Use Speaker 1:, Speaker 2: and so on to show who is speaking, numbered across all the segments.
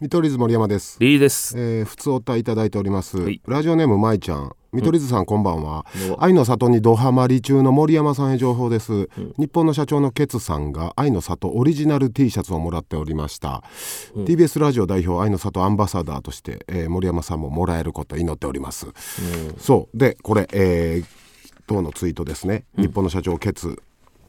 Speaker 1: 見取り図森山です。
Speaker 2: リーです。
Speaker 1: えー、普通おたいただいております。
Speaker 2: はい
Speaker 1: ラジオネームまいちゃん、見取り図さん、こんばんは。
Speaker 2: どうも
Speaker 1: 愛の里にドハマり中の森山さんへ情報です、日本の社長のケツさんが愛の里オリジナル T シャツをもらっておりました、TBS ラジオ代表愛の里アンバサダーとして、えー森山さんももらえることを祈っております、そうでこれ、えー、当のツイートですね、日本の社長ケツ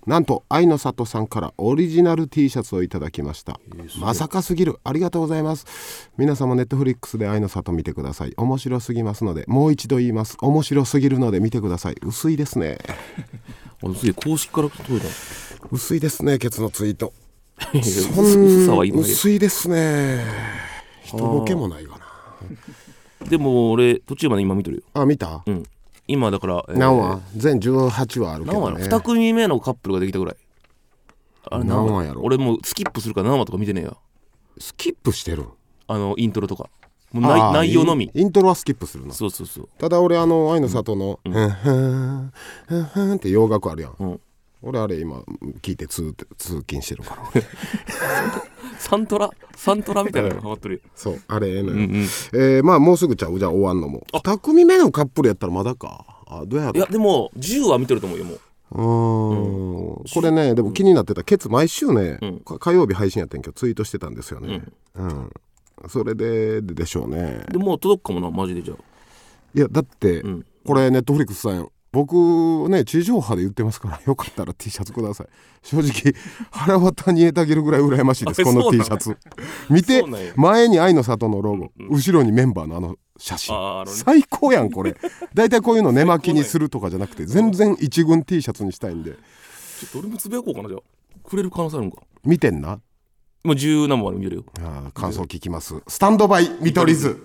Speaker 1: なんと愛の里さんからオリジナル T シャツをいただきました、まさかすぎるありがとうございます皆様ネットフリックスで愛の里見てください面白すぎますのでもう一度言います面白すぎるので見てください薄いですね
Speaker 2: あの次公式から届いたの。
Speaker 1: 薄いですねケツのツイート
Speaker 2: いや
Speaker 1: そん
Speaker 2: 薄さは今
Speaker 1: 薄いですね人ボケもないかな
Speaker 2: でも俺途中まで今見てるよ。
Speaker 1: あ見た、
Speaker 2: うん。今だから、えー
Speaker 1: 何話全18話あるけ
Speaker 2: 何
Speaker 1: ど
Speaker 2: 話な
Speaker 1: ね
Speaker 2: 二組目のカップルができたぐらい。あれ
Speaker 1: 何話やろ
Speaker 2: 俺もうスキップするから何話とか見てねえよ。
Speaker 1: スキップしてる
Speaker 2: あのイントロとか。もう
Speaker 1: あ
Speaker 2: 内
Speaker 1: ー
Speaker 2: 内容のみ
Speaker 1: イ。ンイントロはスキップするな
Speaker 2: そうそうそう。
Speaker 1: ただ俺あの愛の里の「ふんふんふんふん」って洋楽あるやん、
Speaker 2: ん
Speaker 1: 俺あれ今聞いて通通勤してるから
Speaker 2: サントラサントラみた いなのがハマってるよ。
Speaker 1: そうあれええのよ、
Speaker 2: うんうん。
Speaker 1: えーまあもうすぐちゃうじゃあ終わんのも2組目のカップルやったらまだかあどうや
Speaker 2: い
Speaker 1: ろ
Speaker 2: や
Speaker 1: う
Speaker 2: でも10は見てると思うよもう。
Speaker 1: うーんこれねでも気になってたケツ毎週ね、
Speaker 2: うん
Speaker 1: か火曜日配信やってんけどツイートしてたんですよねうん、それででしょうね
Speaker 2: でもう届くかもなマジでじゃあ。
Speaker 1: いやだって、
Speaker 2: うん。
Speaker 1: これネットフリックスさん僕ね地上波で言ってますから よかったら T シャツください正直腹渡にえたげるぐらい羨ましいです
Speaker 2: あ
Speaker 1: この
Speaker 2: そうな
Speaker 1: T
Speaker 2: の
Speaker 1: シャツ見て
Speaker 2: そうなんや
Speaker 1: 前に「愛の里」のロゴ後ろにメンバーのあの写真
Speaker 2: あーあのね
Speaker 1: 最高やんこ れ大体こういうの寝巻きにするとかじゃなくて全然一軍 T シャツにしたいんで
Speaker 2: ちょっと俺もつぶやこうかなじゃあ。くれる可能性あるのか。
Speaker 1: 見てんな
Speaker 2: もう10何話まで見てるよ。
Speaker 1: あー感想聞きますスタンドバイ見取り図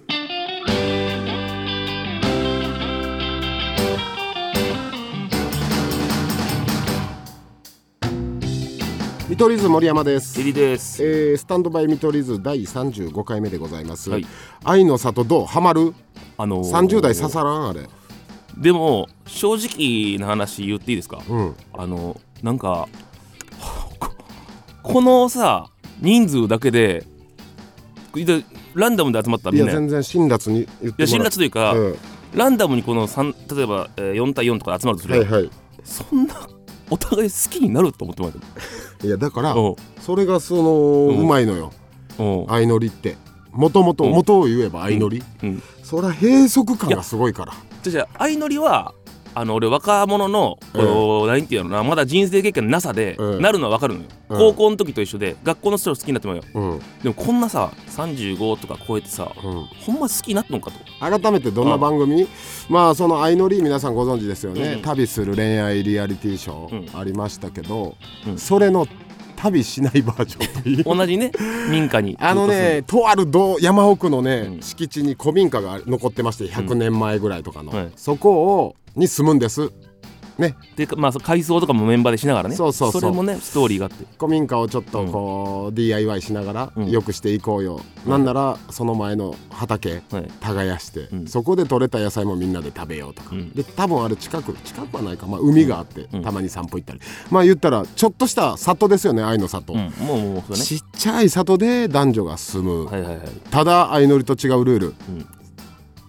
Speaker 1: 見取り図森山です
Speaker 2: リリーです。
Speaker 1: えースタンドバイ見取り図第35回目でございます、
Speaker 2: はい
Speaker 1: 愛の里どうハマる
Speaker 2: あのー
Speaker 1: 30代刺さらんあれ
Speaker 2: でも正直な話言っていいですか、
Speaker 1: うん
Speaker 2: あのなんか はあここのさ人数だけでいやランダムで集まった
Speaker 1: い
Speaker 2: み
Speaker 1: や
Speaker 2: んなやい
Speaker 1: 全然辛辣に言っても
Speaker 2: や辛
Speaker 1: ら
Speaker 2: 辣というか、
Speaker 1: うん
Speaker 2: ランダムにこの三例えば、えー、4対4とかで集まるとする
Speaker 1: はい
Speaker 2: やん、
Speaker 1: はい
Speaker 2: そんなお互い好きになると思ってもらえ
Speaker 1: いやだから
Speaker 2: たおう
Speaker 1: それがその、
Speaker 2: う
Speaker 1: うんまいのよ
Speaker 2: おう
Speaker 1: 相乗りってもともと
Speaker 2: うん
Speaker 1: 元を言えば相乗り、
Speaker 2: うん
Speaker 1: そりゃ閉塞感がすごいから
Speaker 2: じゃあじゃあ相乗りはあの俺若者のこの何、ていうのかなまだ人生経験のなさで、
Speaker 1: うん
Speaker 2: なるのは分かるのよ、
Speaker 1: うん
Speaker 2: 高校の時と一緒で学校の人を好きになってもらうよ
Speaker 1: うん、うん、
Speaker 2: でもこんなさ35とか超えてさほんま好きになっとんかと
Speaker 1: 改めてどんな番組まあその相乗り皆さんご存知ですよね、
Speaker 2: うん
Speaker 1: 旅する恋愛リアリティショーありましたけど、
Speaker 2: うん
Speaker 1: それの旅しないバージョン という
Speaker 2: 同 じね民家に
Speaker 1: あのねとあるど山奥のね、
Speaker 2: うん
Speaker 1: 敷地に古民家が残ってまして100年前ぐらいとかの、
Speaker 2: はい
Speaker 1: そこをに住むんです
Speaker 2: でまあそう改装とかもメンバーでしながらね
Speaker 1: そうそうそう
Speaker 2: れもねストーリーがあって
Speaker 1: 古民家をちょっとこう、DIY しなが
Speaker 2: う
Speaker 1: ら
Speaker 2: ん
Speaker 1: よくしていこうよ、
Speaker 2: うん
Speaker 1: なんならその前の畑
Speaker 2: はい
Speaker 1: 耕して、
Speaker 2: うん
Speaker 1: そこで採れた野菜もみんなで食べようとか、
Speaker 2: うん
Speaker 1: で多分あれ近く近くはないか、まあ、海があって、
Speaker 2: うん
Speaker 1: たまに散歩行ったりまあ言ったらちょっとした里ですよね愛の里、
Speaker 2: うんもうもうそうだね
Speaker 1: ちっちゃい里で男女が住む、
Speaker 2: はいはいはい
Speaker 1: ただ相乗りと違うルール、
Speaker 2: うん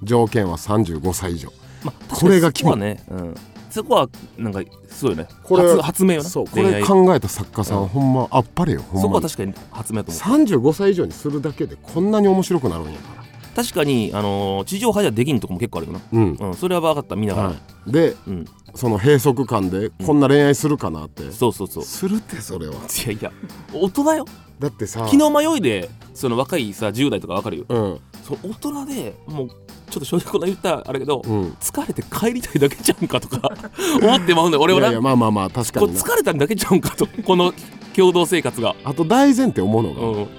Speaker 1: 条件は35歳以上
Speaker 2: まあ
Speaker 1: これが肝
Speaker 2: 確かにそこはねうんそこはなんかすごいね
Speaker 1: これ
Speaker 2: 初発明よな
Speaker 1: そうこ
Speaker 2: 恋
Speaker 1: れ
Speaker 2: 愛
Speaker 1: 考えた作家さん、
Speaker 2: うん
Speaker 1: ほんまあっぱれよほ
Speaker 2: そ
Speaker 1: んま
Speaker 2: こは
Speaker 1: に
Speaker 2: 確かに発明だと思う
Speaker 1: 35歳以上にするだけでこんなに面白くなるんやから
Speaker 2: 確かにあのー地上波じゃできんとこも結構あるよな
Speaker 1: うん、
Speaker 2: うんそれは分かった見ながら
Speaker 1: はい、で
Speaker 2: うん
Speaker 1: その閉塞感でこんな恋愛するかなって、
Speaker 2: そうそうそう
Speaker 1: するってそれはい
Speaker 2: やいや大人よ
Speaker 1: だってさ
Speaker 2: 気の迷いでその若いさ10代とか分かるよ
Speaker 1: うん
Speaker 2: その大人でもうちょっと正直こんな言ったらあれけど、
Speaker 1: うん
Speaker 2: 疲れて帰りたいだけじゃうんかとか 思ってまうんだよ俺はいな
Speaker 1: やいやまあまあまあ確か
Speaker 2: こう
Speaker 1: にな
Speaker 2: 疲れただけじゃうんかとこの共同生活が、
Speaker 1: あと大前提思うの
Speaker 2: う
Speaker 1: が、
Speaker 2: ん、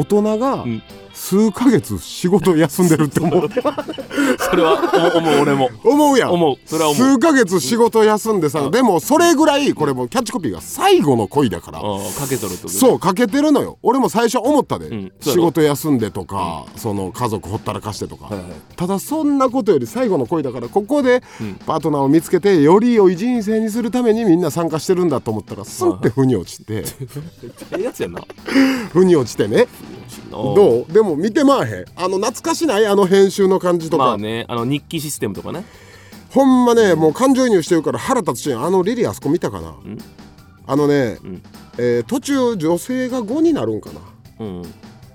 Speaker 1: 大人が
Speaker 2: うん
Speaker 1: 数ヶ月仕事休んでるって 思う
Speaker 2: そ れは思う思う俺も
Speaker 1: 思うやん
Speaker 2: 思うそれは思う
Speaker 1: 数ヶ月仕事休んでさ、でもそれぐらいこれもうキャッチコピーが「最後の恋」だから、
Speaker 2: うんかけとるってことう
Speaker 1: そうかけてるのよ俺も最初思ったで、
Speaker 2: んそうやろ
Speaker 1: 仕事休んでとか、その家族ほったらかしてとか、
Speaker 2: はいはい
Speaker 1: ただそんなことより最後の恋だからここで
Speaker 2: うん
Speaker 1: パートナーを見つけてより良い人生にするためにみんな参加 してるんだと思ったらスンって腑に落ちて
Speaker 2: ええやつやんな
Speaker 1: 腑に落ちてね
Speaker 2: しんな
Speaker 1: どうでも見てまわへんあの懐かしないあの編集の感じとか、
Speaker 2: まあねあの日記システムとかね
Speaker 1: ほんまねもう感情移入してるから腹立つしあのリリーあそこ見たかなあのね、
Speaker 2: ん
Speaker 1: えー途中女性が5になるんかな
Speaker 2: うん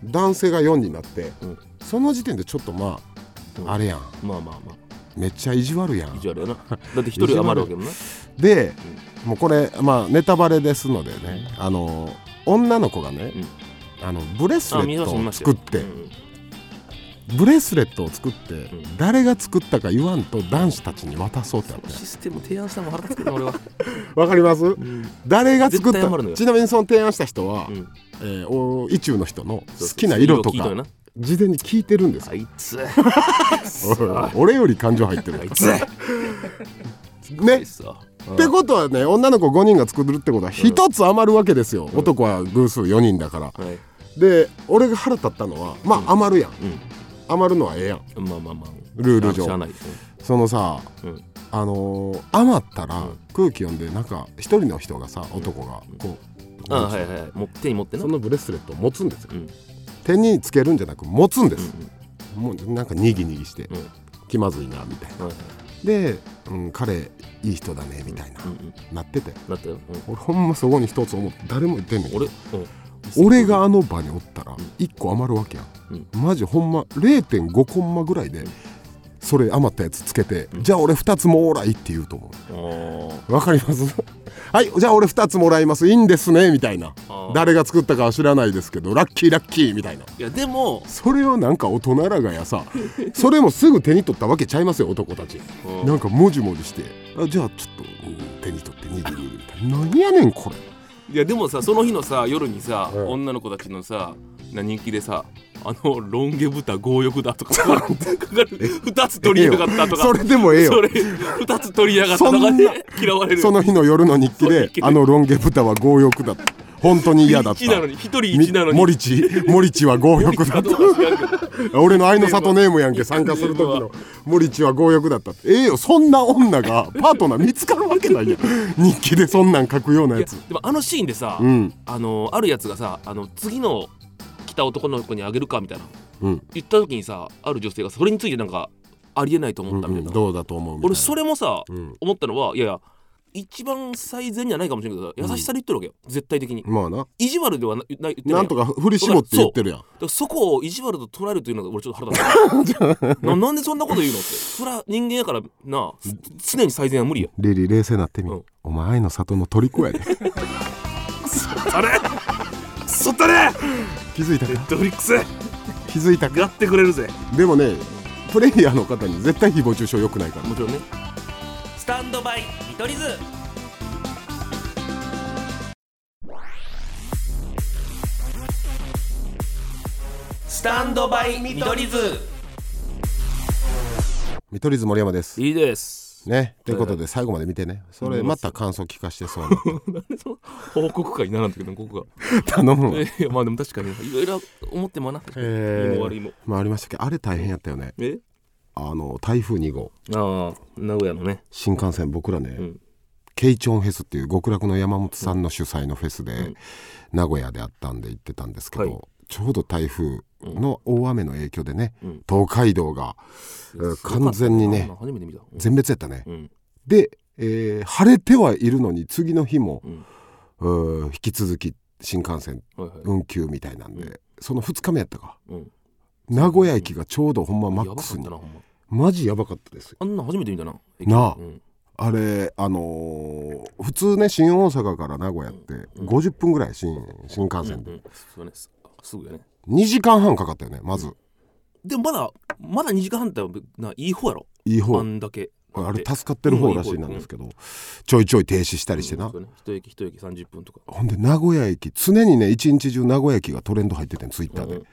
Speaker 1: 男性が4になって、
Speaker 2: うん
Speaker 1: その時点でちょっとまあ、
Speaker 2: うん
Speaker 1: あれやん
Speaker 2: まあまあま
Speaker 1: めっちゃ意地悪や
Speaker 2: あ意
Speaker 1: ん
Speaker 2: 地悪やなだって一人余るわけもな
Speaker 1: で、もうこれまあネタバレですのでね、あの女の子がね、あのブレスレ
Speaker 2: あ見
Speaker 1: ッ
Speaker 2: まし
Speaker 1: ト
Speaker 2: た見
Speaker 1: を
Speaker 2: まし
Speaker 1: 作
Speaker 2: た
Speaker 1: って、
Speaker 2: うん
Speaker 1: ブレスレットを作って、
Speaker 2: ん
Speaker 1: 誰が作ったか言わんと男子たちに渡そうってあって
Speaker 2: システム提案したのも腹立つけどな俺は
Speaker 1: わかります、
Speaker 2: ん
Speaker 1: 誰が作っ
Speaker 2: 絶対
Speaker 1: た
Speaker 2: 余るのよ
Speaker 1: ちなみにその提案した人は、
Speaker 2: ん
Speaker 1: えーお意中の人の好きな色と
Speaker 2: そうそう色を聞いたよ
Speaker 1: か
Speaker 2: な
Speaker 1: 事前に聞いてるんですよ
Speaker 2: あいつ
Speaker 1: おい俺より感情入ってる
Speaker 2: あいつ
Speaker 1: ね
Speaker 2: さ
Speaker 1: ってことはね女の子5人が作るってことは1つ余るわけですよ、男は偶数4人だから、
Speaker 2: はい
Speaker 1: で俺が腹立ったのはまあ余るやん、
Speaker 2: ん
Speaker 1: 余るのはええやん
Speaker 2: まあまあまあ
Speaker 1: ルール上
Speaker 2: しゃあない
Speaker 1: そのさ
Speaker 2: うんうん
Speaker 1: あのー余ったら空気読んでなんか一人の人がさ男がこう、
Speaker 2: あはいはいはいもう手に持ってな
Speaker 1: そのブレスレットを持つんですよ
Speaker 2: うん
Speaker 1: 手につけるんじゃなく持つんです、もうなんかにぎにぎして、
Speaker 2: うん
Speaker 1: 気まずいなみたいな
Speaker 2: はいはい
Speaker 1: で、うん、彼いい人だねみたいな、
Speaker 2: うんうん
Speaker 1: なってて
Speaker 2: だったようん
Speaker 1: 俺ほんまそこに一つ思って誰も言ってんねん
Speaker 2: 俺うん
Speaker 1: 俺があの場におったら1個余るわけやん、マジほんま0.5コンマぐらいでそれ余ったやつつけて、じゃあ俺2つもらいって言うと思
Speaker 2: あー
Speaker 1: うわかります はいじゃあ俺2つもらいますいいんですねみたいな
Speaker 2: あー
Speaker 1: 誰が作ったかは知らないですけどラッキーラッキーみたいない
Speaker 2: やでも
Speaker 1: それをなんか大人らがや さそれもすぐ手に取ったわけちゃいますよ男たち
Speaker 2: うん
Speaker 1: なんかもじもじしてあじゃあちょっと、うん手に取って握り握りみたいな何やねんこれ
Speaker 2: いやでもさその日のさ夜にさ、
Speaker 1: うん
Speaker 2: 女の子たちのさな人気でさあのロン毛豚強欲だとか 書かれ書かれ2つ取りやがったとか
Speaker 1: それでもええよ
Speaker 2: それ2つ取りやがったと
Speaker 1: そ
Speaker 2: か
Speaker 1: んな
Speaker 2: で嫌われる
Speaker 1: その日の夜の日記で
Speaker 2: そう
Speaker 1: あのロン毛豚は強欲だった本当に嫌だった
Speaker 2: 1なのに1人1なのに
Speaker 1: 森地森地は強欲だっ
Speaker 2: あとは知らんけど
Speaker 1: た俺の愛の里ネームやんけ 参加する時の森地は強欲だったってええよそんな女がパートナー見つかるわけない やん日記でそんなん書くようないや
Speaker 2: や
Speaker 1: つ
Speaker 2: でもあのシーンでさ、
Speaker 1: うん
Speaker 2: あのあるやつがさあの次の来た男の子にあげるかみたいな
Speaker 1: うん、
Speaker 2: 言った時にさある女性がそれについてなんかありえないと
Speaker 1: う
Speaker 2: 思っ
Speaker 1: ん
Speaker 2: た
Speaker 1: う
Speaker 2: みたい
Speaker 1: ん
Speaker 2: な、
Speaker 1: どうだと思うみたいな
Speaker 2: 俺それもさ、
Speaker 1: ん
Speaker 2: 思ったのはいやいや一番最善じゃないかもしれないけど優しさで言ってるわけよ、絶対的に
Speaker 1: まあな
Speaker 2: 意地悪ではなない言ってない
Speaker 1: なんとか振り絞って言ってるやん
Speaker 2: だからそこを意地悪と捉えるというのが俺ちょっと腹立 つななんでそんなこと言うのってそりゃ人間やからなあす常に最善は無理や
Speaker 1: リリー冷静になってみ、
Speaker 2: うん
Speaker 1: お前愛の里の虜や で
Speaker 2: あれ そったね
Speaker 1: 気づいた
Speaker 2: ネ
Speaker 1: か
Speaker 2: ットフリックス
Speaker 1: 気づいたか
Speaker 2: やってくれるぜ
Speaker 1: でもねプレイヤーの方に絶対誹謗中傷良くないから
Speaker 2: もちろんねスタンドバイ見取り図スタンドバイ見取り図
Speaker 1: 見取り図森山です
Speaker 2: いいです
Speaker 1: ねということで最後まで見てねそれまた感想聞かしてそうな
Speaker 2: その報告会にならんだけどここが
Speaker 1: 頼むわ
Speaker 2: いやまあでも確かにいろいろ思ってもな、
Speaker 1: えー
Speaker 2: いいも悪いも
Speaker 1: まあありましたけどあれ大変やったよね
Speaker 2: え
Speaker 1: あの台風2号
Speaker 2: ああ名古屋のね
Speaker 1: 新幹線僕らね、
Speaker 2: ん
Speaker 1: ケイチョンフェスっていう極楽の山本さんの主催のフェスで、名古屋であったんで行ってたんですけど、
Speaker 2: はい
Speaker 1: ちょうど台風の大雨の影響でね、
Speaker 2: ん
Speaker 1: 東海道が、えー完全に
Speaker 2: す
Speaker 1: ね
Speaker 2: ごかったな初めて見た
Speaker 1: 全滅やったね、
Speaker 2: うん
Speaker 1: で、えー晴れてはいるのに次の日も、
Speaker 2: ん
Speaker 1: うー引き続き新幹線
Speaker 2: はいはい
Speaker 1: 運休みたいなんで、その2日目やったか
Speaker 2: うん
Speaker 1: 名古屋駅がちょうどほんまマ
Speaker 2: や
Speaker 1: ック
Speaker 2: ばか
Speaker 1: ス
Speaker 2: っ
Speaker 1: に
Speaker 2: たなほんま
Speaker 1: マジやばかったですよ
Speaker 2: あんな初めて見たな
Speaker 1: なあ
Speaker 2: うん
Speaker 1: あれあのー普通ね新大阪から名古屋って50分ぐらい新新幹線
Speaker 2: う
Speaker 1: で
Speaker 2: んそうねすすぐやね
Speaker 1: 2時間半かかったよねまず
Speaker 2: でもまだまだ2時間半ってないい方やろ
Speaker 1: いい
Speaker 2: あ
Speaker 1: 方
Speaker 2: んだけ
Speaker 1: あれ助かってる方らしいなんですけどちょいちょい停止したりしてな
Speaker 2: そうね一駅一駅30分とか
Speaker 1: ほんで名古屋駅常にね一日中名古屋駅がトレンド入っててんツイッター
Speaker 2: う
Speaker 1: で
Speaker 2: ん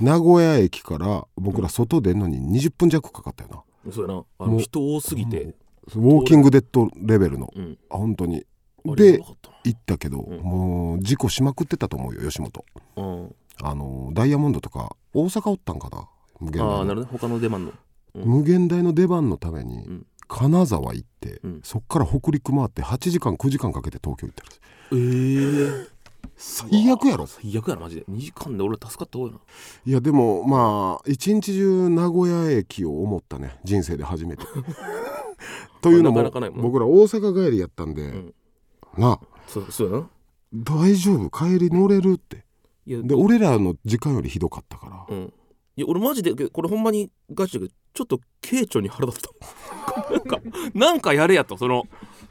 Speaker 1: 名古屋駅から僕ら外出んのに20分弱かかったよな
Speaker 2: そうやなあの人多すぎて
Speaker 1: ウォーキングデッドレベルの
Speaker 2: うん
Speaker 1: あ本当に
Speaker 2: あれや
Speaker 1: で
Speaker 2: ばかったな
Speaker 1: 行ったけど、もう事故しまくってたと思うよ吉本
Speaker 2: うん
Speaker 1: あのダイヤモンドとか大阪おったんかな無限
Speaker 2: ああ
Speaker 1: 大の
Speaker 2: なるほどね他の出番の
Speaker 1: 無限大の出番のために、
Speaker 2: ん
Speaker 1: 金沢行って、
Speaker 2: ん
Speaker 1: そっから北陸回って8時間9時間かけて東京行ったらしい
Speaker 2: ええ
Speaker 1: 最悪やろ
Speaker 2: 最悪やなマジで2時間で俺助かった方やない
Speaker 1: やでもまあ一日中名古屋駅を思ったね人生で初 めてというのも
Speaker 2: なかなかないもん
Speaker 1: 僕ら大阪帰りやったんで、
Speaker 2: ん
Speaker 1: なあ
Speaker 2: そうそうやな
Speaker 1: 大丈夫帰り乗れるって
Speaker 2: いや
Speaker 1: で俺らの時間よりひどかったから、
Speaker 2: うんいや俺マジでこれほんまにガチだけどちょっと慶長に腹立ったなんかなんかやれやとその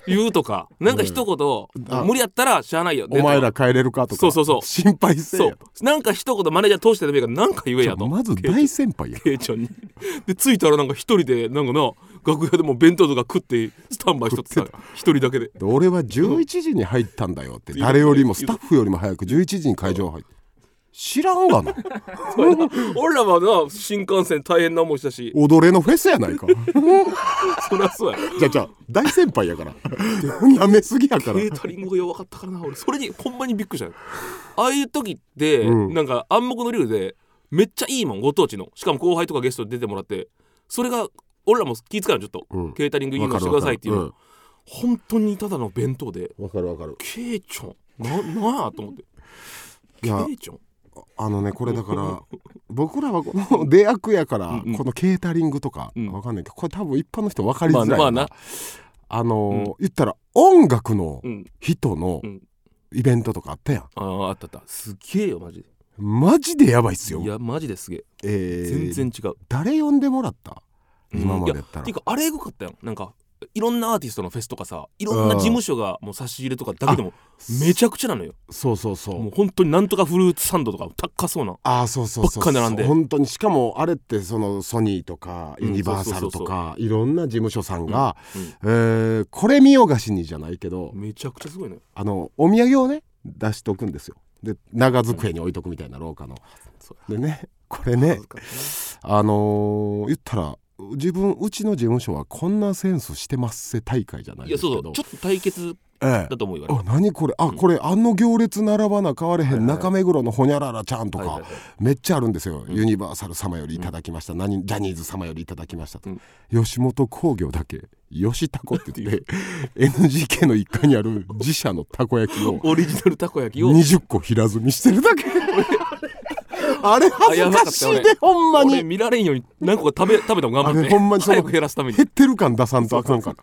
Speaker 2: 言うとかなんか一言、
Speaker 1: うんあ
Speaker 2: 無理やったらしゃあないよ
Speaker 1: お前ら帰れれるかとか
Speaker 2: そうそうそう
Speaker 1: 心配せえ
Speaker 2: そ
Speaker 1: や
Speaker 2: うなんか一言マネージャー通してでもいいからなんか言えや
Speaker 1: と
Speaker 2: と
Speaker 1: まず大先輩 や
Speaker 2: 慶長にで着いたらなんか一人でなんかな楽屋でもう弁当とか食ってスタンバイしとってた一人だけで
Speaker 1: で俺は11時に入ったんだよって誰よりもスタッフよりも早く11時に会場入って知らんがな
Speaker 2: 俺らはな新幹線大変な思いしたし
Speaker 1: 踊れのフェスや ないか
Speaker 2: そりゃそうや
Speaker 1: じゃあじゃあ大先輩やから舐めすぎやから
Speaker 2: ケータリングが弱かったからな俺それにほんまにびっくりしたよああいう時って、
Speaker 1: うん
Speaker 2: なんか暗黙のルールでめっちゃいいもんご当地のしかも後輩とかゲストで出てもらってそれが俺らも気遣うのちょっと、
Speaker 1: うん
Speaker 2: ケータリングいい
Speaker 1: わ
Speaker 2: の
Speaker 1: かる
Speaker 2: してく
Speaker 1: わ
Speaker 2: だ
Speaker 1: か
Speaker 2: さい
Speaker 1: る
Speaker 2: っていうの本当にただの弁当で
Speaker 1: わかるわかる
Speaker 2: ケイチョンななんやと思って
Speaker 1: い
Speaker 2: ケ
Speaker 1: や
Speaker 2: イチョン
Speaker 1: あのねこれだから 僕らはこの出役やから
Speaker 2: うん
Speaker 1: このケータリングとか
Speaker 2: うん
Speaker 1: わかんないけどこれ多分一般の人分かりづらいな、
Speaker 2: まあまあな
Speaker 1: あのー言ったら音楽の
Speaker 2: うん
Speaker 1: 人の
Speaker 2: うん
Speaker 1: イベントとかあったやん
Speaker 2: あああったあったすげえよマジで
Speaker 1: マジでやばいっすよ
Speaker 2: いやマジですげえ、
Speaker 1: えー
Speaker 2: 全然違う
Speaker 1: 誰呼んでもらった今までやったら
Speaker 2: ていうかあれエグかったよなんかいろんなアーティストのフェスとかさいろんな事務所がもう差し入れとかだけでもめちゃくちゃなのよ
Speaker 1: そうそうそう
Speaker 2: もう本当になんとかフルーツサンドとか高そうな
Speaker 1: ああそうそうそう
Speaker 2: ばっか並んで
Speaker 1: 本当にしかもあれってそのソニーとか
Speaker 2: うん
Speaker 1: ユニバーサルとかいろんな事務所さんが、
Speaker 2: うんうん
Speaker 1: えーこれ見よがしにじゃないけど
Speaker 2: めちゃくちゃすごいのよ
Speaker 1: あのお土産をね出しておくんですよで長机に置いとくみたいな廊下の
Speaker 2: そう
Speaker 1: でねこれねあのー言ったら自分うちの事務所はこんなセンスしてますせ大会じゃない
Speaker 2: い
Speaker 1: で
Speaker 2: や
Speaker 1: すけ
Speaker 2: そうそ
Speaker 1: ど
Speaker 2: うちょっと対決
Speaker 1: ええ
Speaker 2: だと思うよ
Speaker 1: あ何これあこれあの行列並ばな変われへん、
Speaker 2: はいはい
Speaker 1: 中目黒のほにゃららちゃんとか、
Speaker 2: はいはいはい
Speaker 1: めっちゃあるんですよ、ユニバーサル様よりいただきました、何ジャニーズ様よりいただきましたと、
Speaker 2: うん
Speaker 1: 吉本興業だけ吉タコって言って NGK の一家にある自社のたこ焼きを
Speaker 2: オリジナルたこ焼きを
Speaker 1: 20個平積みしてる だけあれ恥ずかしいでほんま
Speaker 2: 俺
Speaker 1: に
Speaker 2: 見られんように何個か食べ食べたも頑張っ
Speaker 1: あ
Speaker 2: て
Speaker 1: れほんまにその
Speaker 2: 早く減らすために
Speaker 1: 減ってる感出さんとあかんから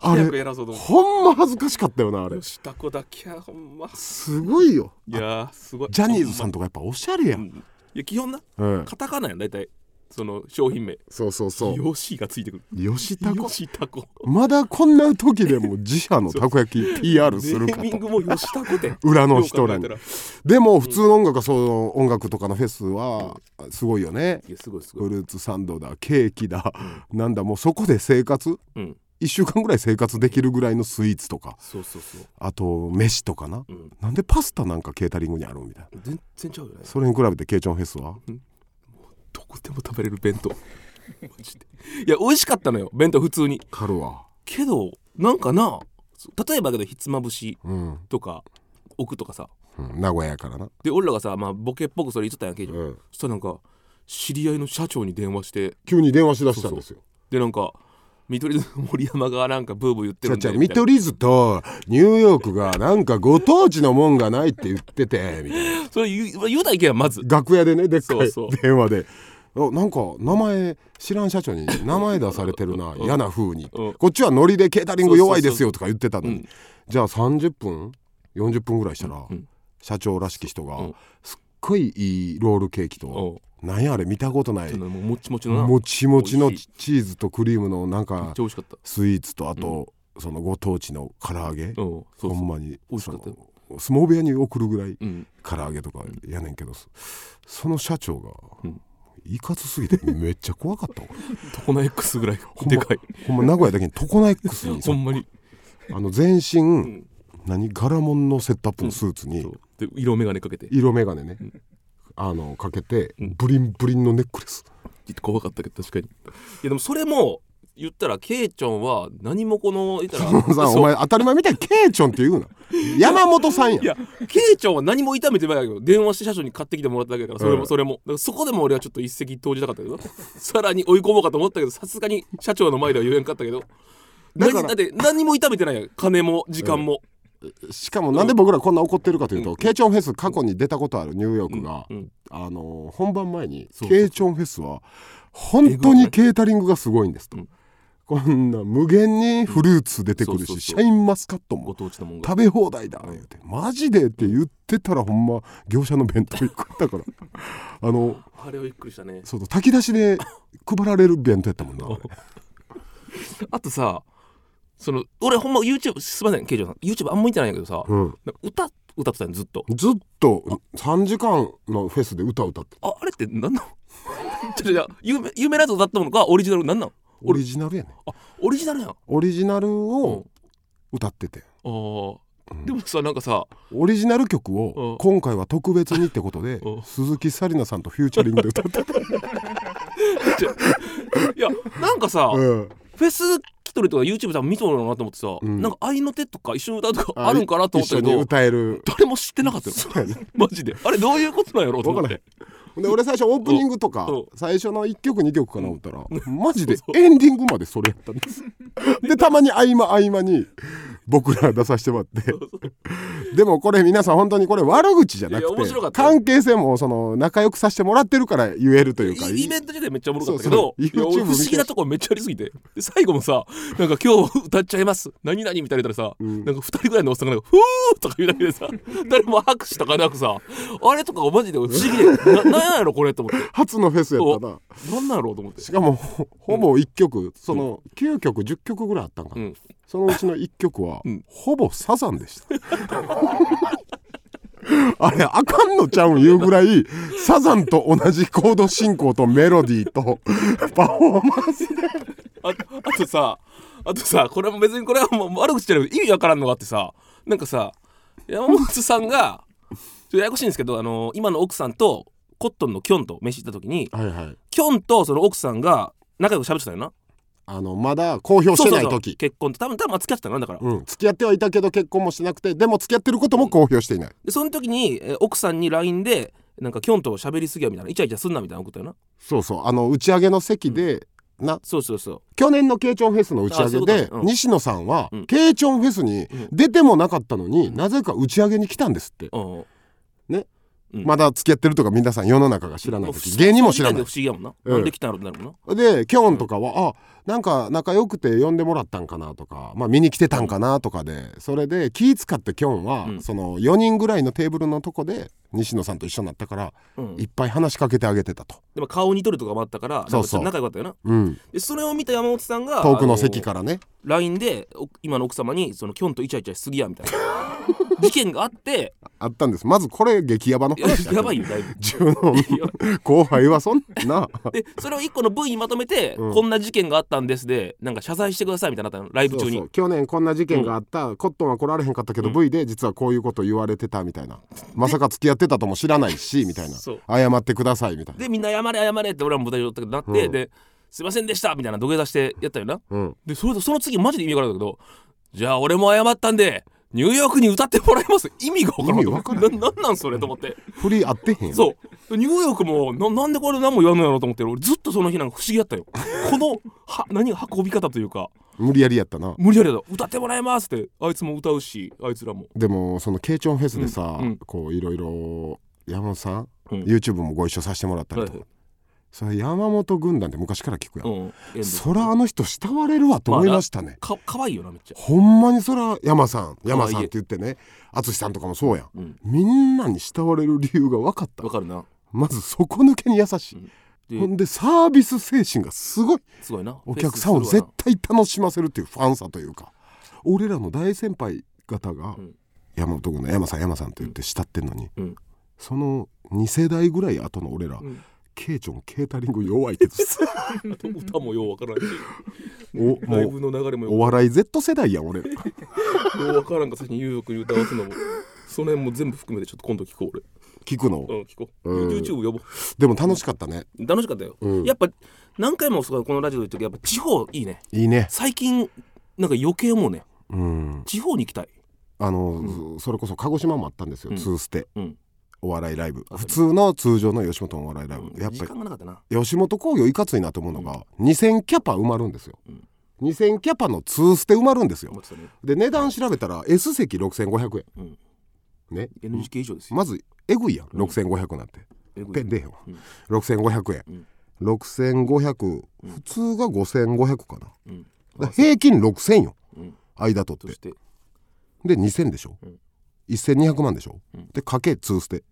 Speaker 1: あ
Speaker 2: 早く
Speaker 1: れ
Speaker 2: 減らそうと思っ
Speaker 1: ほんま恥ずかしかったよなあれ
Speaker 2: てしたこだけはほんます
Speaker 1: ごいよ
Speaker 2: いやーすごい
Speaker 1: ジャニーズさんとかやっぱおしゃれや、
Speaker 2: うんんいや基本な
Speaker 1: うん、
Speaker 2: カタカナやん大体その商品名
Speaker 1: そうそうそう
Speaker 2: ヨシがついてくる
Speaker 1: 吉タコ
Speaker 2: ヨシタコ
Speaker 1: まだこんな時でも自社のたこ焼き PR するか
Speaker 2: ネーミン
Speaker 1: と
Speaker 2: グもヨシタコで
Speaker 1: 裏の人ら
Speaker 2: よ
Speaker 1: に
Speaker 2: う考えた
Speaker 1: でも普通の音楽はその音楽とかのフェスはすごいよね
Speaker 2: いやすごいすご
Speaker 1: フ
Speaker 2: い
Speaker 1: ルーツサンドだケーキだなんだもうそこで生活
Speaker 2: うん
Speaker 1: 1週間ぐらい生活できるぐらいのスイーツとか
Speaker 2: そうそうそう
Speaker 1: あと飯とかな
Speaker 2: うん
Speaker 1: なんでパスタなんかケータリングにあるみたいな
Speaker 2: 全然ちゃうよね
Speaker 1: それに比べてケイチョンフェスは
Speaker 2: どこでも食べれる弁当マジでいや美味しかったのよ弁当普通に
Speaker 1: カルは
Speaker 2: けどなんかな例えばだけどひつまぶし
Speaker 1: うん、
Speaker 2: とか置くとかさ
Speaker 1: うん、名古屋やからな
Speaker 2: で俺らがさ、まあ、ボケっぽくそれ言っとったんやけど、
Speaker 1: うん
Speaker 2: そしたらなんか知り合いの社長に電話して
Speaker 1: 急に電話しだしたんですよ
Speaker 2: でなんか見取り図の森山がなんかブーブー言って
Speaker 1: じゃ
Speaker 2: る
Speaker 1: あ
Speaker 2: ん
Speaker 1: じ
Speaker 2: で
Speaker 1: ゃあ
Speaker 2: み
Speaker 1: 見
Speaker 2: たいな
Speaker 1: 取り図とニューヨークがなんかご当地のもんがないって言っててみたいな
Speaker 2: それ言う言うたらいけんやんまず
Speaker 1: 楽屋でねでっかい
Speaker 2: そうそう
Speaker 1: 電話であなんか名前知らん社長に名前出されてるな嫌な風に
Speaker 2: うん
Speaker 1: こっちはノリでケータリング弱いですよとか言ってたの
Speaker 2: そう
Speaker 1: に
Speaker 2: そ
Speaker 1: じゃあ30分40分ぐらいしたら
Speaker 2: ん
Speaker 1: 社長らしき人が
Speaker 2: うん
Speaker 1: すっごいいいロールケーキとなんやあれ見たことない
Speaker 2: そのもうもちもちのなめっ
Speaker 1: もちもちの
Speaker 2: 美味し
Speaker 1: チーズとクリームのなんか
Speaker 2: ちゃ美味しかった
Speaker 1: スイーツとあとそのご当地の唐揚げ
Speaker 2: うんそう
Speaker 1: ほ
Speaker 2: そ
Speaker 1: ん
Speaker 2: う
Speaker 1: まに
Speaker 2: 美味しかったよ
Speaker 1: その相撲部屋に送るぐらい
Speaker 2: うん
Speaker 1: 唐揚げとかやねんけど、その社長が、
Speaker 2: うん
Speaker 1: いかつすぎてめっちゃ怖かったわ
Speaker 2: 常な X ぐらい
Speaker 1: ほん
Speaker 2: で
Speaker 1: ま
Speaker 2: かい
Speaker 1: ほんま名古屋だけに常な X に
Speaker 2: ほんまに
Speaker 1: あの全身、
Speaker 2: ん
Speaker 1: 何柄物のセットアップのスーツに
Speaker 2: そうで色眼鏡かけて
Speaker 1: 色眼鏡ね、あのかけて
Speaker 2: うん
Speaker 1: ブリンブリンのネックレス、
Speaker 2: 怖かったけど確かにいやでもそれも言ったらケイちゃんは何もこの言ったら
Speaker 1: さあ
Speaker 2: そう
Speaker 1: お前当たり前みたいにケイチョンって言うな山本さんや
Speaker 2: いやケイちゃんは何も痛めてないけど電話して社長に買ってきてもらっただけだからそれ
Speaker 1: う
Speaker 2: も
Speaker 1: ん
Speaker 2: それもだからそこでも俺はちょっと一石投じたかったけど さらに追い込もうかと思ったけどさすがに社長の前では言えんかったけど
Speaker 1: だ
Speaker 2: だ
Speaker 1: から
Speaker 2: だって何も痛めてないやん金も時間も、
Speaker 1: しかもなんで僕らこんな怒ってるかというと、
Speaker 2: うん
Speaker 1: ケイチョンフェス過去に出たことあるニューヨークが、
Speaker 2: うんうん
Speaker 1: あの本番前に
Speaker 2: そうそう
Speaker 1: ケイチョンフェスは本当にケータリングがすごいんですと、
Speaker 2: うん
Speaker 1: こんな無限にフルーツ出てくるし、
Speaker 2: そうそう
Speaker 1: シ
Speaker 2: そう
Speaker 1: ャインマスカット
Speaker 2: ご
Speaker 1: も
Speaker 2: 当地のもんが
Speaker 1: 食べ放題だ言うてマジでって言ってたらほんま業者の弁当食った からあの
Speaker 2: あれはびっくりしたね
Speaker 1: そうそう炊き出しで配られる弁当やったもんなあれ
Speaker 2: あとさその俺ほんま YouTube すいません慶長さん YouTube あんま見てないんだけどさ、
Speaker 1: うん
Speaker 2: なんか歌歌ってたのずっと
Speaker 1: ずっと3時間のフェスで歌歌って
Speaker 2: ああれって 何なのちょっとじゃあ有名有名なやつ歌ったものがオリジナル何なの
Speaker 1: オリジナルやね
Speaker 2: あオリジナルやん、
Speaker 1: オリジナル
Speaker 2: うん
Speaker 1: を歌ってて、
Speaker 2: あー
Speaker 1: うん
Speaker 2: でもさなんかさ
Speaker 1: オリジナル曲
Speaker 2: う
Speaker 1: を
Speaker 2: ん
Speaker 1: 今回は特別にってことで
Speaker 2: うん
Speaker 1: 鈴木紗理奈さんとフューチャリングで歌ってた、
Speaker 2: いやなんかさ、
Speaker 1: うん、
Speaker 2: フェス来とるとか YouTube 多分見とるのかなと思ってさ、
Speaker 1: うん
Speaker 2: なんか愛の手とか一緒に歌うとかあるんかなと思っ
Speaker 1: 一
Speaker 2: た
Speaker 1: 緒
Speaker 2: け
Speaker 1: に
Speaker 2: ど
Speaker 1: 歌える
Speaker 2: 誰も知ってなかったよ
Speaker 1: そうやね
Speaker 2: マジであれどういうことなんやろうと思っ
Speaker 1: わか
Speaker 2: て
Speaker 1: で俺最初オープニングとか
Speaker 2: うん
Speaker 1: 最初の1曲2曲かな思ったらマジでエンディングまでそれやったんですでたまに合間合間に僕ら出させてもらってでもこれ皆さん本当にこれ悪口じゃなく
Speaker 2: いや面白か
Speaker 1: て
Speaker 2: った
Speaker 1: 関係性もその仲良くさせてもらってるから言えるというか
Speaker 2: イイベント自体めっちゃおもろかったけど
Speaker 1: そうそう
Speaker 2: いや俺
Speaker 1: YouTube
Speaker 2: 不思議なとこめっちゃありすぎてで最後もさなんか今日歌っちゃいます何々みたいな言ったらさ、
Speaker 1: ん
Speaker 2: なんか2人ぐらいのおっさんがなんか「ふー」とか言うだけでさ誰も拍手とかなくさあれとかがマジで不思議でななんやろこれと思って
Speaker 1: 初のフェスやったな
Speaker 2: なんなんやろうと思って
Speaker 1: しかもほほぼ1曲、その9曲10曲ぐらいあったんかな、
Speaker 2: うん
Speaker 1: そのうちの1曲は、
Speaker 2: うん
Speaker 1: ほぼサザンでした あれあかんのちゃうんいうぐらいサザンと同じコード進行とメロディーとパフォーマンスで
Speaker 2: ああとさあとさこれも別にこれはもう悪口じゃなくて意味わからんのがあってさなんかさ山本さんがちょっとややこしいんですけどあの今の奥さんとコットンのキョンと飯行った時に
Speaker 1: はいはい
Speaker 2: キョンとその奥さんが仲良く喋ってたよな
Speaker 1: あのまだ公表してない
Speaker 2: そうそうそう
Speaker 1: 時
Speaker 2: 結婚って多分多分付き合ってたのだから、
Speaker 1: うん、付き合ってはいたけど結婚もしてなくてでも付き合ってることも公表していない、
Speaker 2: でその時にえー奥さんに LINE でなんかキョンと喋りすぎやみたいなイチャイチャすんなみたいなことよな
Speaker 1: そうそうあの打ち上げの席で、な
Speaker 2: そうそうそう
Speaker 1: 去年のケイチョンフェスの打ち上げ
Speaker 2: あそういう
Speaker 1: で、
Speaker 2: ことねうん
Speaker 1: 西野さんは、
Speaker 2: うん
Speaker 1: ケイチョンフェスに
Speaker 2: うん
Speaker 1: 出てもなかったのに、なぜか打ち上げに来たんですって、
Speaker 2: うんうん
Speaker 1: まだ付き合ってるとか皆さん世の中が知らない時芸人も知らない
Speaker 2: 不思議やもんな、
Speaker 1: うん
Speaker 2: なんで来たのってなるもんな
Speaker 1: でキョンとかは、あなんか仲良くて呼んでもらったんかなとか、まあ、見に来てたんかなとかでそれで気使ってキョンは、
Speaker 2: うん
Speaker 1: その4人ぐらいのテーブルのとこで西野さんと一緒になったから、
Speaker 2: うん
Speaker 1: いっぱい話しかけてあげてたと、
Speaker 2: でも顔似とるとかもあったからなんかち
Speaker 1: そう
Speaker 2: ょっ
Speaker 1: そう
Speaker 2: と仲良かったよな
Speaker 1: うん、
Speaker 2: でそれを見た山本さんが
Speaker 1: 遠くの席かららね
Speaker 2: LINE でお今の奥様にそのキョンとイチャイチャしすぎやみたいな 事件があって
Speaker 1: あったんですまずこれ激ヤバの
Speaker 2: いや
Speaker 1: 話だけど
Speaker 2: やばいよだいぶ
Speaker 1: 自分の
Speaker 2: いや
Speaker 1: 後輩はそんな
Speaker 2: でそれを一個の V にまとめて、
Speaker 1: うん
Speaker 2: こんな事件があったんですでなんか謝罪してくださいみたいになのあったのライブ中に
Speaker 1: そうそう去年こんな事件があった、コットンは来られへんかったけど、
Speaker 2: うん
Speaker 1: V で実はこういうこと言われてたみたいなまさか付き合ってたとも知らないしみたいな
Speaker 2: そう
Speaker 1: 謝ってくださいみたいな、
Speaker 2: でみんな謝れ謝れって俺らも舞台上だったけどなって、
Speaker 1: うん
Speaker 2: ですいませんでしたみたいな土下座してやったよな
Speaker 1: うん、
Speaker 2: でそれとその次マジで意味わからんけどじゃあ俺も謝ったんでニューヨークに歌ってもらいます意味がわからん
Speaker 1: 意味わからん
Speaker 2: ななんなんそれと思って
Speaker 1: 振り合ってへんやん
Speaker 2: そうニューヨークもななんでこれ何も言わんのやろうと思って俺ずっとその日なんか不思議だったよこのは何運び方というか
Speaker 1: 無理やりやったな
Speaker 2: 無理やりだ歌ってもらいますってあいつも歌うしあいつらも
Speaker 1: でもその慶長フェスでさ、
Speaker 2: うんうん
Speaker 1: こういろいろ山本さん、
Speaker 2: うん
Speaker 1: YouTube もご一緒させてもらったりとか、
Speaker 2: はい
Speaker 1: それ山本軍団って昔から聞くやん、
Speaker 2: うん遠藤
Speaker 1: そらあの人慕われるわと思いましたね、
Speaker 2: か可愛いよなめっちゃ
Speaker 1: ほんまにそら山さん山さん
Speaker 2: あい
Speaker 1: っ
Speaker 2: え
Speaker 1: て言ってね淳さんとかもそうやん
Speaker 2: うん
Speaker 1: みんなに慕われる理由が分かった
Speaker 2: わかるな
Speaker 1: まず底抜けに優しい、
Speaker 2: で
Speaker 1: ほんでサービス精神がすごい
Speaker 2: すごいな
Speaker 1: お客さんを
Speaker 2: フェスする
Speaker 1: 絶
Speaker 2: わな
Speaker 1: 対楽しませるっていうファンさというか俺らの大先輩方が、
Speaker 2: うん
Speaker 1: 山本君の山さん山さんって言って慕ってんのに、
Speaker 2: うん
Speaker 1: その2世代ぐらい後の俺ら、
Speaker 2: うん
Speaker 1: ケイチョンケータリング弱いけど
Speaker 2: あと歌もようわからんし
Speaker 1: お
Speaker 2: ライ
Speaker 1: もう
Speaker 2: ブの流れもよ
Speaker 1: お笑い Z 世代やん俺ら
Speaker 2: うようわからんか最近ニューヨークに歌わすのもその辺も全部含めてちょっと今度聞こう
Speaker 1: 聞くの
Speaker 2: 俺うん聞こう、
Speaker 1: うん
Speaker 2: YouTube 呼ぼ
Speaker 1: でも楽しかったね
Speaker 2: う楽しかったよ、
Speaker 1: うん
Speaker 2: やっぱ何回もそうこのラジオで言ってるけどやっぱ地方いいね
Speaker 1: いいね
Speaker 2: 最近なんか余計思うね
Speaker 1: うん
Speaker 2: 地方に行きたい
Speaker 1: あの、それこそ鹿児島もあったんですよ、
Speaker 2: うん
Speaker 1: ツーステ
Speaker 2: うん
Speaker 1: お笑いライブ
Speaker 2: あ
Speaker 1: 普通の通常の吉本のお笑いライブ、やっ
Speaker 2: 時
Speaker 1: ぱ
Speaker 2: 間がなかったな
Speaker 1: り吉本興業いかついなと思うのが、2000キャパ埋まるんですよ、
Speaker 2: うん
Speaker 1: 2,000キャパの2ステ埋まるんですよ
Speaker 2: 思ってたね
Speaker 1: で値段調べたら S 席6500円
Speaker 2: うん
Speaker 1: ね
Speaker 2: NHK 以上ですよ、
Speaker 1: まずえぐいやん6500なんて
Speaker 2: えぐい
Speaker 1: ペン出えへんわ
Speaker 2: うん
Speaker 1: 6500円6500普通が5500かな
Speaker 2: うん
Speaker 1: だから平均6000よ
Speaker 2: うん
Speaker 1: 間取
Speaker 2: そ
Speaker 1: って
Speaker 2: して
Speaker 1: で2000でしょ
Speaker 2: ん
Speaker 1: 1200万でしょ
Speaker 2: うん
Speaker 1: でかけ2ステ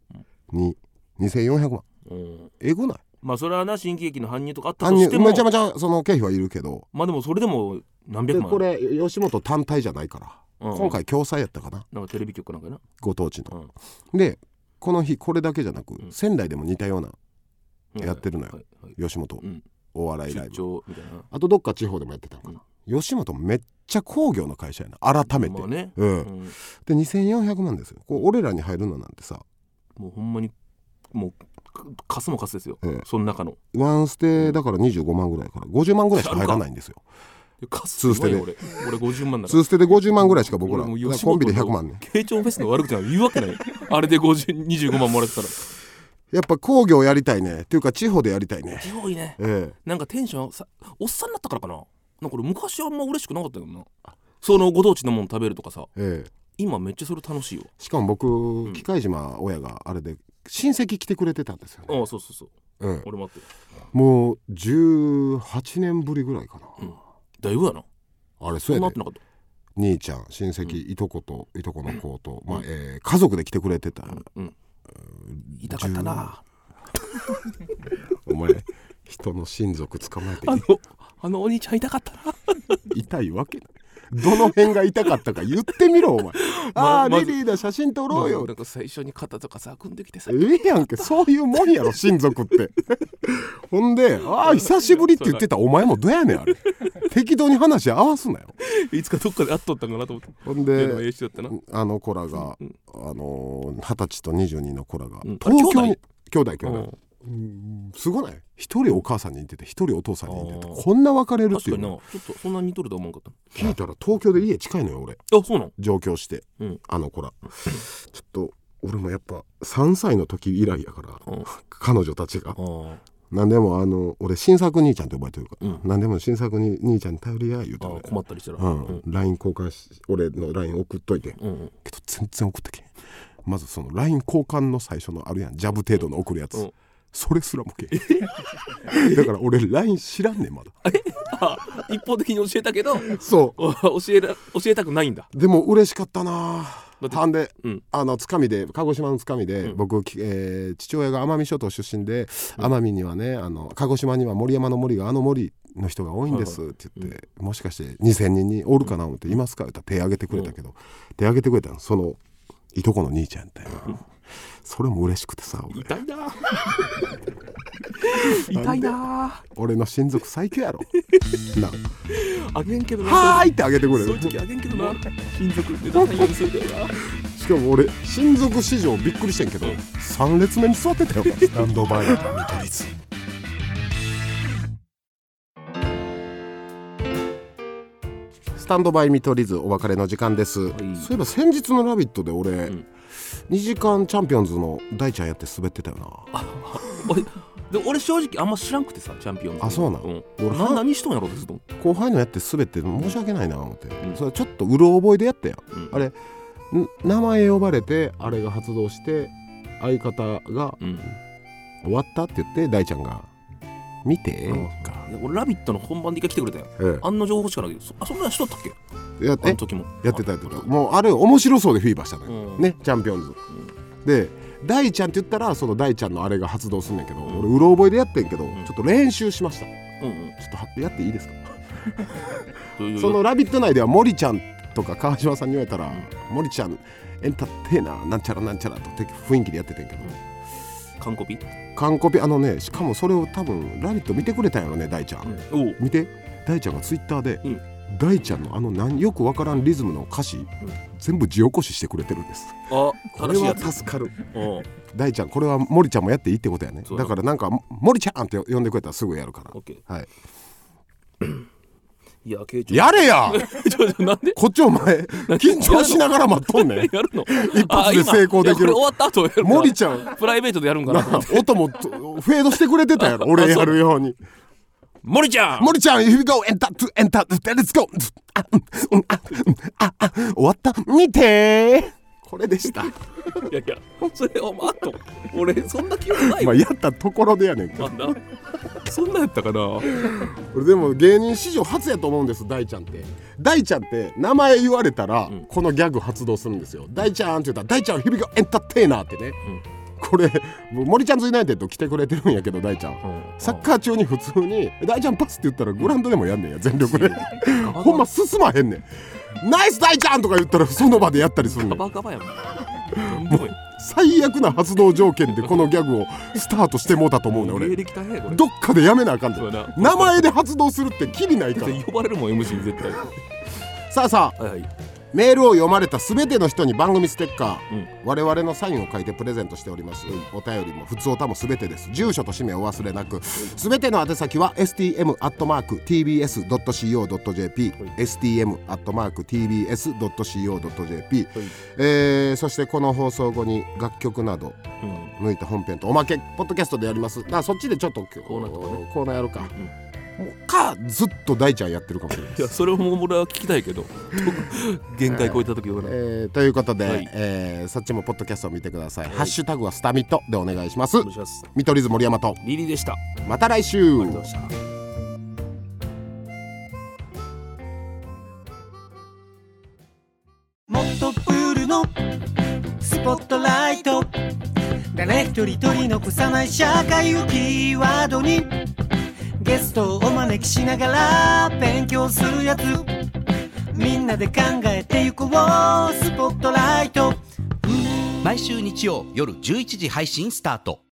Speaker 1: に2400万
Speaker 2: うん
Speaker 1: えぐない
Speaker 2: まあそれはな新喜劇の搬入とかあった
Speaker 1: あ
Speaker 2: としても
Speaker 1: めちゃめちゃその経費はいるけど
Speaker 2: まあでもそれでも何百
Speaker 1: で
Speaker 2: 万
Speaker 1: これ吉本単体じゃないから
Speaker 2: うん
Speaker 1: 今回共済やったかな
Speaker 2: なんかテレビ局かなんかやな
Speaker 1: ご当地のでこの日これだけじゃなく仙台でも似たような
Speaker 2: うん
Speaker 1: やってるのよ
Speaker 2: はいはい
Speaker 1: 吉本
Speaker 2: うん
Speaker 1: お笑いライ
Speaker 2: 出
Speaker 1: ブ
Speaker 2: 張みたいな
Speaker 1: あとどっか地方でもやってたのかな、吉本めっちゃ工業の会社やな改めて、
Speaker 2: まあね
Speaker 1: うん
Speaker 2: うん
Speaker 1: で2400万ですよこう俺らに入るのなんてさ
Speaker 2: もうほんまにもうかかすもかすですよ、
Speaker 1: ええ
Speaker 2: その中の
Speaker 1: ワンステだから25万ぐらいから50万ぐらいしか入らないんですよ
Speaker 2: でかす
Speaker 1: ツーステで
Speaker 2: 弱いよ俺俺50万なら
Speaker 1: ツーステで50万ぐらいしか僕ら
Speaker 2: 俺もう
Speaker 1: だから
Speaker 2: 吉
Speaker 1: コ
Speaker 2: 本
Speaker 1: ンビで100万ね
Speaker 2: 慶長フェスの悪口なんか言うわけないあれで50 25万もらってたら
Speaker 1: やっぱ工業やりたいねっていうか地方でやりたいね
Speaker 2: 地方いいね
Speaker 1: ええ
Speaker 2: なんかテンションさおっさんになったからかななんか俺昔あんま嬉しくなかったよなそのご当地のもの食べるとかさ
Speaker 1: ええ
Speaker 2: 今めっちゃそれ楽しいよ
Speaker 1: しかも僕機械島親があれで親戚来てくれてたんですよね、
Speaker 2: ああそうそうそう
Speaker 1: うん、
Speaker 2: 俺もあってる
Speaker 1: もう18年ぶりぐらいかな、
Speaker 2: だいぶやな
Speaker 1: あれそう
Speaker 2: そん
Speaker 1: やで
Speaker 2: なあってなかった
Speaker 1: 兄ちゃん親戚いとこといとこの子と、まあえー家族で来てくれてた、
Speaker 2: うん痛かったな
Speaker 1: お前人の親族捕まえて
Speaker 2: あのあのお兄ちゃん痛かったな
Speaker 1: 痛いわけないどの辺が痛かったか言ってみろお前ああ、
Speaker 2: まず
Speaker 1: リリーだ写真撮ろうよ、
Speaker 2: なんか最初に肩とかさ組んできてさ
Speaker 1: ええやんけそういうもん やろ親族って ほんで「ああ久しぶり」って言ってたお前もどやねん あれ適当に話合わすなよ
Speaker 2: いつかどっかで会っとったんかなと思って
Speaker 1: ほん
Speaker 2: でもええ
Speaker 1: で
Speaker 2: 人だったな
Speaker 1: あの子らが、あのー二十歳と二十二の子らが、
Speaker 2: うん
Speaker 1: 東京
Speaker 2: あれ
Speaker 1: に兄弟兄弟、すごない一人お母さんに似てて一人お父さんに似てて
Speaker 2: あー
Speaker 1: こんな別れるって
Speaker 2: 確
Speaker 1: い
Speaker 2: か
Speaker 1: う
Speaker 2: になち
Speaker 1: の
Speaker 2: ょっとそんなに似とるとは思わんかっ
Speaker 1: 聞いたら東京で家近いのよ俺
Speaker 2: たあそうなん
Speaker 1: 上京して、
Speaker 2: うん
Speaker 1: あの子らちょっと俺もやっぱ3歳の時以来やから、
Speaker 2: うん
Speaker 1: 彼女たちが
Speaker 2: あ
Speaker 1: 何でもあの俺新作兄ちゃんと呼ばれてるから、
Speaker 2: うん
Speaker 1: 何でも新作に兄ちゃんに頼りや言うて
Speaker 2: あ
Speaker 1: 俺
Speaker 2: 困ったりしたら
Speaker 1: う
Speaker 2: うん
Speaker 1: ん、LINE 交換し俺の LINE 送っといて、
Speaker 2: うんうん
Speaker 1: けど全然送ってけんまずその LINE 交換の最初のあるやんジャブ程度の送るやつ、
Speaker 2: うん
Speaker 1: それすらもけんだから俺 LINE 知らんねんまだ
Speaker 2: あ一方的に教えたけど
Speaker 1: そ
Speaker 2: お 教えら教えたくないんだ
Speaker 1: うでも嬉しかったな
Speaker 2: だって
Speaker 1: ほんで、
Speaker 2: うん
Speaker 1: あのつかみで鹿児島のつかみで、僕、きえー父親が奄美諸島出身で、奄美にはねあの鹿児島には森山の森があの森の人が多いんですって言って、もしかして2,000人におるかな思って「いますか?」言ったら手挙げてくれたけど、手挙げてくれたのそのいとこの兄ちゃんみたいな、それも嬉しくてさ俺
Speaker 2: 痛いな痛いな
Speaker 1: 俺の親族最強やろ な
Speaker 2: あげんけどな
Speaker 1: はーいってあげてくれ
Speaker 2: そう
Speaker 1: る
Speaker 2: いう時あげんけどな金属ってどんなようにするんだよな
Speaker 1: しかも俺親族史上びっくりしてんけど3列目に座ってた よスタンドバイだった見取り図スタンドバイ見取り図お別れの時間です、そういえば先日の「ラビット!」で俺、
Speaker 2: ん
Speaker 1: 2時間チャンピオンズの大ちゃんやって滑ってたよな
Speaker 2: 俺で俺正直あんま知らんくてさチャンピオンズ
Speaker 1: あそうなん
Speaker 2: ん
Speaker 1: 俺
Speaker 2: な何しとんやろうってずっと思って
Speaker 1: 後輩のやって滑って申し訳ないな思って、
Speaker 2: ん
Speaker 1: それちょっとうろ覚えでやったよ、
Speaker 2: うん
Speaker 1: あれん名前呼ばれてあれが発動して相方が
Speaker 2: うん
Speaker 1: 終わったって言って大ちゃんが「見て」か
Speaker 2: いや俺「ラビット!」の本番で一回来てくれたよ
Speaker 1: え
Speaker 2: あんな情報しかないけどそあそんなんしとったっけ
Speaker 1: えやっ
Speaker 2: あ
Speaker 1: て
Speaker 2: の時も
Speaker 1: やってたやってたもうあれ面白そうでフィーバーしたのよ、
Speaker 2: うん
Speaker 1: ねチャンピオンズ、で大ちゃんって言ったらその大ちゃんのあれが発動すんねんけど、俺うろ覚えでやってんけど、ちょっと練習しましたちょ
Speaker 2: うんうん
Speaker 1: っとはやっていいですか、
Speaker 2: どういう
Speaker 1: その「ラビット!」内では森ちゃんとか川島さんに言われたら「森ちゃんエンターテイナーなんちゃらなんちゃら」とて雰囲気でやっててんけど
Speaker 2: 完コピ
Speaker 1: 完コピあのねしかもそれを多分「ラビット!」見てくれたんやろね大ちゃん、
Speaker 2: おう
Speaker 1: 見て大ちゃんがツイッターで、
Speaker 2: うん
Speaker 1: 大ちゃんのあのなんよくわからんリズムの歌詞、全部字起こししてくれてるんです
Speaker 2: あ
Speaker 1: こ
Speaker 2: 正
Speaker 1: れ
Speaker 2: しいや
Speaker 1: は
Speaker 2: つ
Speaker 1: 助かる
Speaker 2: うん
Speaker 1: 大ちゃんこれは森ちゃんもやっていいってことやね
Speaker 2: そうだ
Speaker 1: だからなんか「森ちゃん」って呼んでくれたらすぐやるから
Speaker 2: オッケー
Speaker 1: はい
Speaker 2: いや慶長
Speaker 1: やれや
Speaker 2: ちょちょなんで
Speaker 1: こっちお前緊張しながら待っとんねん
Speaker 2: やるの
Speaker 1: 一発で成功できる
Speaker 2: あ今いやこれ終わった後やるから
Speaker 1: 森ちゃん
Speaker 2: プライベートでやるんか
Speaker 1: な
Speaker 2: な
Speaker 1: あ音もとフェードしてくれてたやろ俺やるように
Speaker 2: 森ちゃん
Speaker 1: 森ちゃん Here we go! エンタッエンタッ Let's go! あうんうんあうんああ終わった見てーこれでした
Speaker 2: いやいやそれお前あと俺そんな記憶な い
Speaker 1: ま
Speaker 2: わ
Speaker 1: あやったところでやねんけど
Speaker 2: なんだそんなんやったかな
Speaker 1: 俺でも芸人史上初やと思うんです大ちゃんって大ちゃんって名前言われたら、このギャグ発動するんですよ大ちゃんって言ったら大ちゃん響がエンターテイナーってね、これもう森ちゃんズユナイテッド来てくれてるんやけど大ちゃん、サッカー中に普通に「大ちゃんパス」って言ったらグラウンドでもやんねんや全力で ほんま進まへんねん「ナイス大ちゃん!」とか言ったらその場でやったりするね
Speaker 2: ガ
Speaker 1: ん
Speaker 2: バガバやもんもう
Speaker 1: 最悪な発動条件でこのギャグをスタートしてもうたと思うねん
Speaker 2: 芸
Speaker 1: 俺
Speaker 2: 歴大変やこれ
Speaker 1: どっかでやめなあかんね
Speaker 2: そうんやな
Speaker 1: 名前で発動するってきりないから
Speaker 2: 呼ばれるもん MC に絶対は
Speaker 1: さあさあ
Speaker 2: いはい
Speaker 1: メールを読まれた全ての人に番組ステッカー、
Speaker 2: うん
Speaker 1: 我々のサインを書いてプレゼントしております、お便りも普通おたも全てです住所と氏名をお忘れなく、全ての宛先は stm.tbs.co.jp、stm.tbs.co.jp、
Speaker 2: はい
Speaker 1: えーそしてこの放送後に楽曲など
Speaker 2: うん
Speaker 1: 抜いた本編とおまけポッドキャストでやりますだからそっちでちょっと
Speaker 2: コーナーとかね
Speaker 1: コーナーやるか、もうかずっと大ちゃんやってるかもしれない
Speaker 2: いやそれも俺は聞きたいけど限界超えた時はな
Speaker 1: えーということで、
Speaker 2: はい
Speaker 1: えーそっちもポッドキャストを見てください、ハッシュタグはスタミットでお願いします、
Speaker 2: お願いします
Speaker 1: 見取り図森山と
Speaker 2: リリーでしたあり
Speaker 1: また来週
Speaker 2: がとうございました
Speaker 3: もっとプールのスポットライト誰一人取り残さない社会をキーワードにゲストをお招きしながら勉強するやつみんなで考えてゆこうスポットライト
Speaker 4: 毎週日曜夜11時配信スタート